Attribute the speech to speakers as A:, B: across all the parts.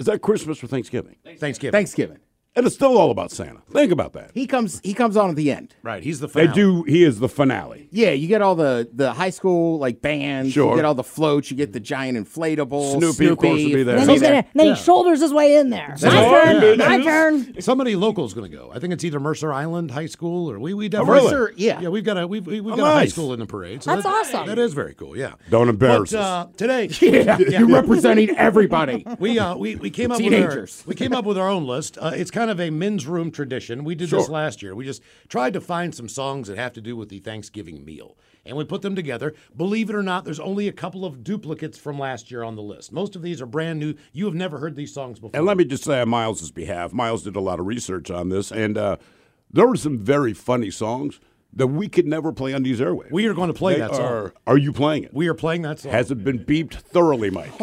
A: Is that Christmas or Thanksgiving?
B: Thanksgiving.
C: Thanksgiving.
A: And it's still all about Santa. Think about that.
D: He comes. He comes on at the end.
B: Right. He's the
A: They do. He is the finale.
D: Yeah, you get all the the high school like bands.
A: Sure.
D: You get all the floats. You get the giant inflatable.
A: Snoopy, of course, would be there.
E: Then, he's gonna, then he shoulders his way in there.
B: That's
E: My
B: all.
E: turn.
B: Yeah.
E: My turn.
B: Somebody local's going to go. I think it's either Mercer Island High School or we we
A: Oh, really? Oh,
B: Mercer, yeah, yeah. We've got a we've, we've got a high
A: nice.
B: school in the parade. So
E: That's
B: that-
E: awesome.
B: That is very cool. Yeah.
A: Don't embarrass
B: But
A: us.
B: uh, today,
D: Yeah, you're representing everybody.
B: We uh, we, we came up
D: Teenagers.
B: with our we came up with our own list. Uh, it's kind of a men's room tradition. We did this
A: Sure.
B: last year. We just tried to find some songs that have to do with the Thanksgiving meal, and we put them together. Believe it or not, there's only a couple of duplicates from last year on the list. Most of these are brand new. You have never heard these songs before.
A: And let me just say on Miles's behalf, Miles did a lot of research on this, and uh, there were some very funny songs that we could never play on these airwaves.
B: we are going to play
A: They
B: that song.
A: Are, are you playing it?
B: we are playing that song.
A: Has it been beeped thoroughly, Mike?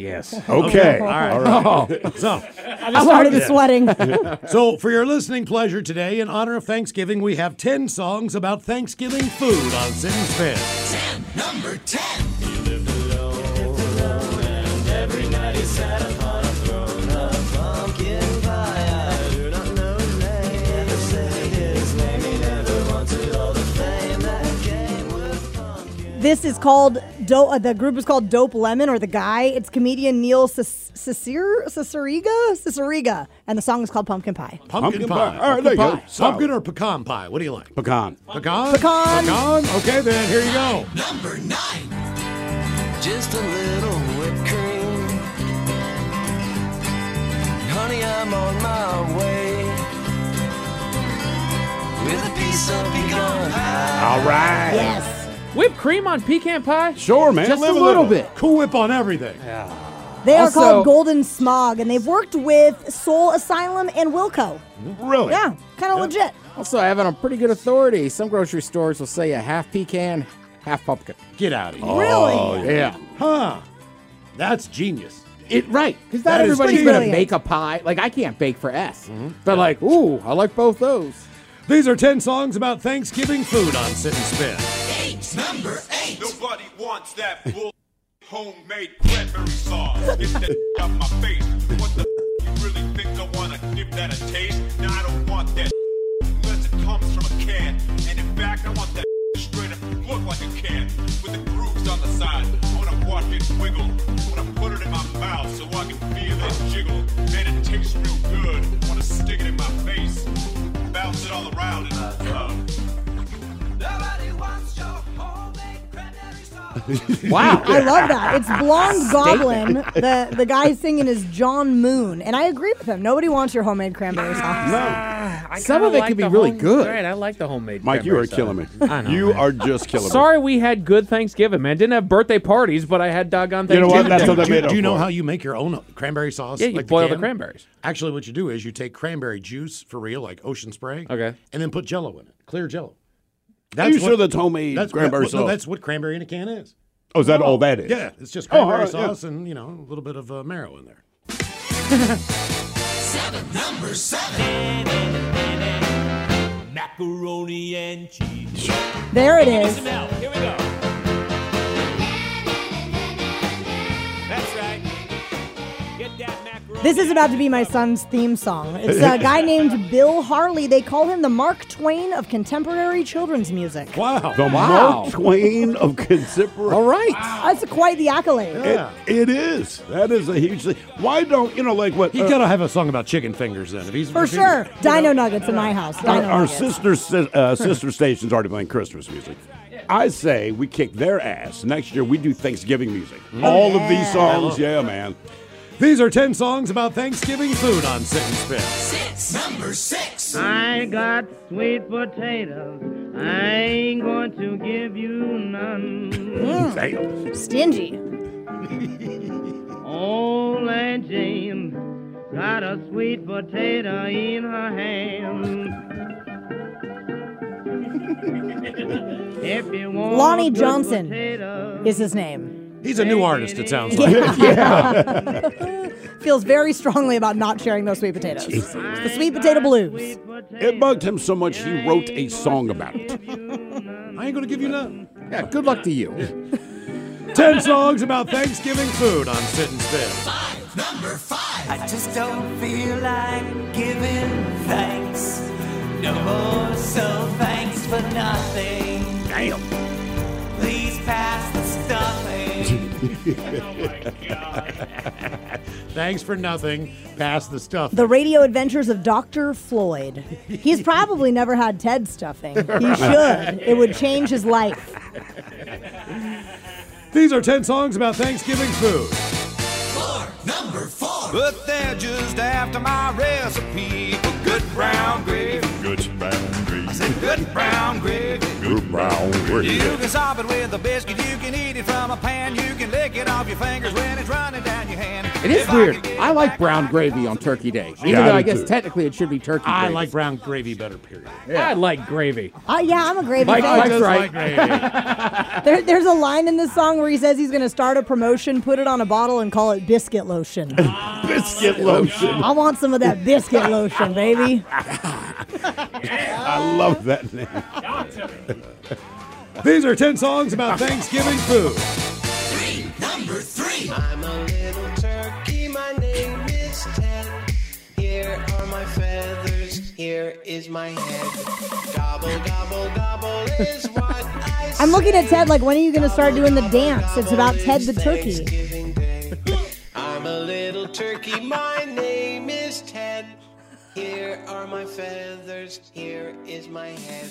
D: yes.
A: Okay. All right.
B: so,
E: I started sweating.
B: so for your listening pleasure today, in honor of Thanksgiving, we have ten songs about Thanksgiving food on Sitting Spin.
F: Number 10.
E: This is called Do- uh, the group is called Dope Lemon or the guy. It's comedian Neil Ciceriga Ciceriga, and the song is called Pumpkin Pie.
B: Pumpkin,
A: Pumpkin
B: pie.
A: pie. All right, there you go.
B: Pumpkin pie.
A: Solid.
B: Pumpkin or pecan pie? What do you like?
A: Pecan.
B: Pecan?
E: Pecan.
B: Okay, then, here you go.
F: Number 9.
G: Just a little whipped cream. Honey, I'm on my way. With a piece of pecan pie.
A: All right.
E: Yes,
C: Whipped cream on pecan pie?
A: Sure, man.
D: Just a
A: Live
D: little bit.
B: Cool Whip on everything.
E: they
D: Also-
E: are called Golden Smog, and they've worked with Soul Asylum and Wilco.
A: Really?
E: Yeah, kind of legit.
D: Also, I have it on pretty good authority. Some grocery stores will say a half pecan, half pumpkin.
B: Get out of here. Oh,
E: really?
D: Yeah.
B: Huh. That's genius.
D: It right because not
B: That is
D: everybody's
E: brilliant.
D: gonna make a pie. Like I can't bake for S,
A: Mm-hmm.
D: but like, ooh, I like both those.
B: These are 10 songs about Thanksgiving food on Sit and Spin.
F: Number 8.
H: Nobody wants that bull homemade cranberry sauce. Get that out my face. What the you really think I wanna give that a taste? Now I don't want that unless it comes from a can. And in fact, I want that straight up to look like a can with the grooves on the side. I wanna watch it wiggle. I wanna put it in my mouth so I can feel it jiggle. Man, it tastes real good. I wanna stick it in my face, bounce it all around in the club.
F: Nobody wants your homemade cranberry sauce.
D: Wow.
E: I love that. It's Blonde Goblin. The the guy singing is John Moon, and I agree with him. Nobody wants your homemade cranberry sauce.
C: I
D: Some
C: kinda
D: of it
C: like
D: could be
C: the
D: really
C: home-
D: good.
C: Right, I like the homemade.
A: Mike, you are
C: cranberry sauce.
A: killing me.
C: I know.
A: You are just killing
C: Sorry, we had good Thanksgiving, man. Didn't have birthday parties, but I had doggone
A: me. You know
C: Thanksgiving.
A: what? That's what
B: do,
A: they made
B: do
A: up
B: you know
A: for.
B: how you make your own cranberry sauce?
C: Yeah, you
B: like
C: boil the
B: can?
C: cranberries.
B: Actually, what you do is you take cranberry juice for real, like ocean spray,
C: Okay.
B: and then put jello in it, clear jello.
A: Are you sure that's homemade cranberry
B: No,
A: sauce?
B: that's what cranberry in a can is.
A: Oh, is that all that is?
B: Yeah, it's just
A: Oh, all
B: cranberry
A: right, yeah.
B: sauce and, you know, a little bit of uh, marrow in there.
F: Number 7.
H: Macaroni and cheese.
E: There it is.
H: Now, here we go. That's right. Get that macaroni.
E: This is about to be my son's theme song. It's a guy named Bill Harley. They call him the Mark Twain of contemporary children's music.
B: Wow.
A: The
D: Wow.
A: Mark Twain of contemporary.
D: All right.
E: That's quite the accolade.
A: It, it is. That is a huge thing. Why don't you know like what
B: He
A: uh,
B: gotta have a song about chicken fingers then. If he's
E: For
B: if he's-
E: sure. Dino Nuggets in my house. Dino
A: uh, our, our
E: Nuggets.
A: sister si- uh, sister station's already playing Christmas music. I say we kick their ass. Next year we do Thanksgiving music.
B: Mm.
A: All of these songs, yeah, man.
B: These are 10 songs about Thanksgiving food on Sit and Spit.
F: Number 6.
I: I got sweet potatoes. I ain't going to give you none.
B: Mm.
A: Damn.
E: Stingy.
I: Old Aunt Jane got a sweet potato in her hand. if you want
E: Lonnie
I: good
E: Johnson
I: potato,
E: Is his name.
B: He's a new artist, it sounds like.
E: Feels very strongly about not sharing those sweet potatoes. It's the sweet potato blues.
A: It bugged him so much he wrote a song about it.
B: I ain't gonna give you none.
D: Yeah. Good luck to you.
B: 10 songs about Thanksgiving food on Sit and Spit.
F: Number 5. I just don't feel like giving thanks no more. So thanks for nothing.
B: Damn.
F: Please pass the stuffing.
B: Thanks for nothing. Pass the stuff.
E: The radio adventures of Dr. Floyd. He's probably never had Ted stuffing. He
B: Right.
E: should. It would change his life.
B: These are 10 songs about Thanksgiving food.
F: Number four. But they're just after my recipe for good brown gravy.
H: Good brown gravy.
F: I said good brown gravy.
H: Good brown
F: You can sob it with a biscuit. You can eat it from a pan. You can lick it off your fingers when it's running down your hand.
D: It is weird. I like brown gravy on Turkey Day, even
B: Yeah, I
D: though I,
B: do
D: guess
B: too.
D: technically it should be turkey.
B: I
D: gravy.
B: like brown gravy better, period.
D: I like gravy.
E: Uh, yeah, I'm a gravy
D: Mike-
E: fan.
D: Mike's Just right.
B: like gravy.
E: There, there's a line in this song where he says he's going to start a promotion, put it on a bottle, and call it biscuit lotion.
A: Biscuit
D: Oh,
A: lotion.
E: I want some of that biscuit lotion, baby.
A: I love that name.
B: These are 10 songs about Thanksgiving food.
F: Number three. I'm a little turkey. My name is Ted. Here are my feathers. Here is my head. Gobble, gobble, gobble is what I
E: I'm looking at Ted like, when are you going to start doing the dance? It's about Ted the turkey.
F: I'm a little turkey. My name is Ted. Here are my feathers. Here is my head.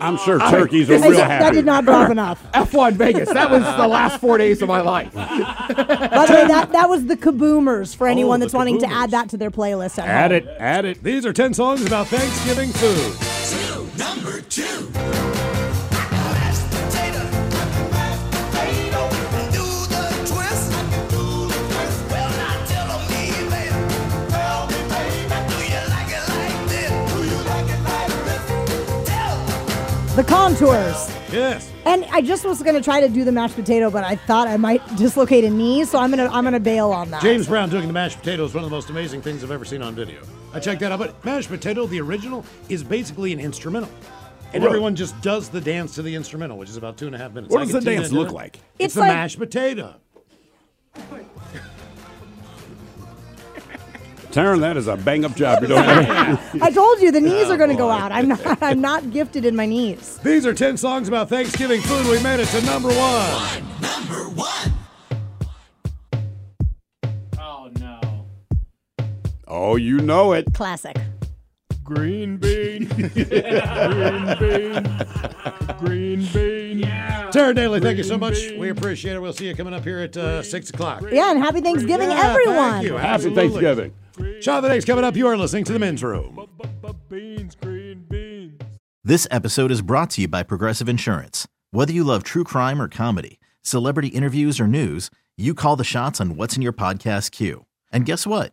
A: I'm sure turkeys are
E: I-
A: real
E: that
A: happy.
E: did not drop enough.
D: F1 Vegas. That was the last four days of my life.
E: By the way, that, that was the kaboomers for anyone
B: the
E: that's wanting to
B: Kaboomers.
E: add that to their playlist. at
B: Add
E: home.
B: it, add it. These are 10 songs about Thanksgiving food.
F: Number two. Mashed potato. Mashed potato. Do the twist. Do the twist. Well, now tell 'em me, baby. Tell me, baby. Do you like it like this? Do you like it like this? Tell
E: The contours.
B: Yes.
E: And I just was gonna try to do the mashed potato, but I thought I might dislocate a knee, so I'm gonna I'm gonna bail on that.
B: James Brown doing the mashed potato is one of the most amazing things I've ever seen on video. I checked that out, but mashed potato, the original, is basically an instrumental. And
A: Right.
B: everyone just does the dance to the instrumental, which is about two and a half minutes.
A: What
B: I
A: does
B: get
A: the
B: tuned
A: dance
B: into
A: look
B: it.
A: like?
B: It's,
E: It's
B: the
E: like-
B: mashed potato.
A: Taryn, that is a bang up job. You don't have.
E: I told you the knees are gonna go out. I'm not I'm not gifted in my knees.
B: These are 10 songs about Thanksgiving food. We made it to number one.
C: Oh no.
A: oh, you know it.
E: Classic.
C: Green bean. Green bean. Green bean. Yeah.
B: Tara Daly, thank you so much. We appreciate it. We'll see you coming up here at uh, 6 o'clock.
E: Yeah, and happy Thanksgiving,
B: Yeah,
E: everyone.
B: Thank you.
A: Happy
B: Absolutely.
A: Thanksgiving.
B: Shot of the Day's coming up. You are listening to The Men's Room.
J: This episode is brought to you by Progressive Insurance. Whether you love true crime or comedy, celebrity interviews or news, you call the shots on what's in your podcast queue. And guess what?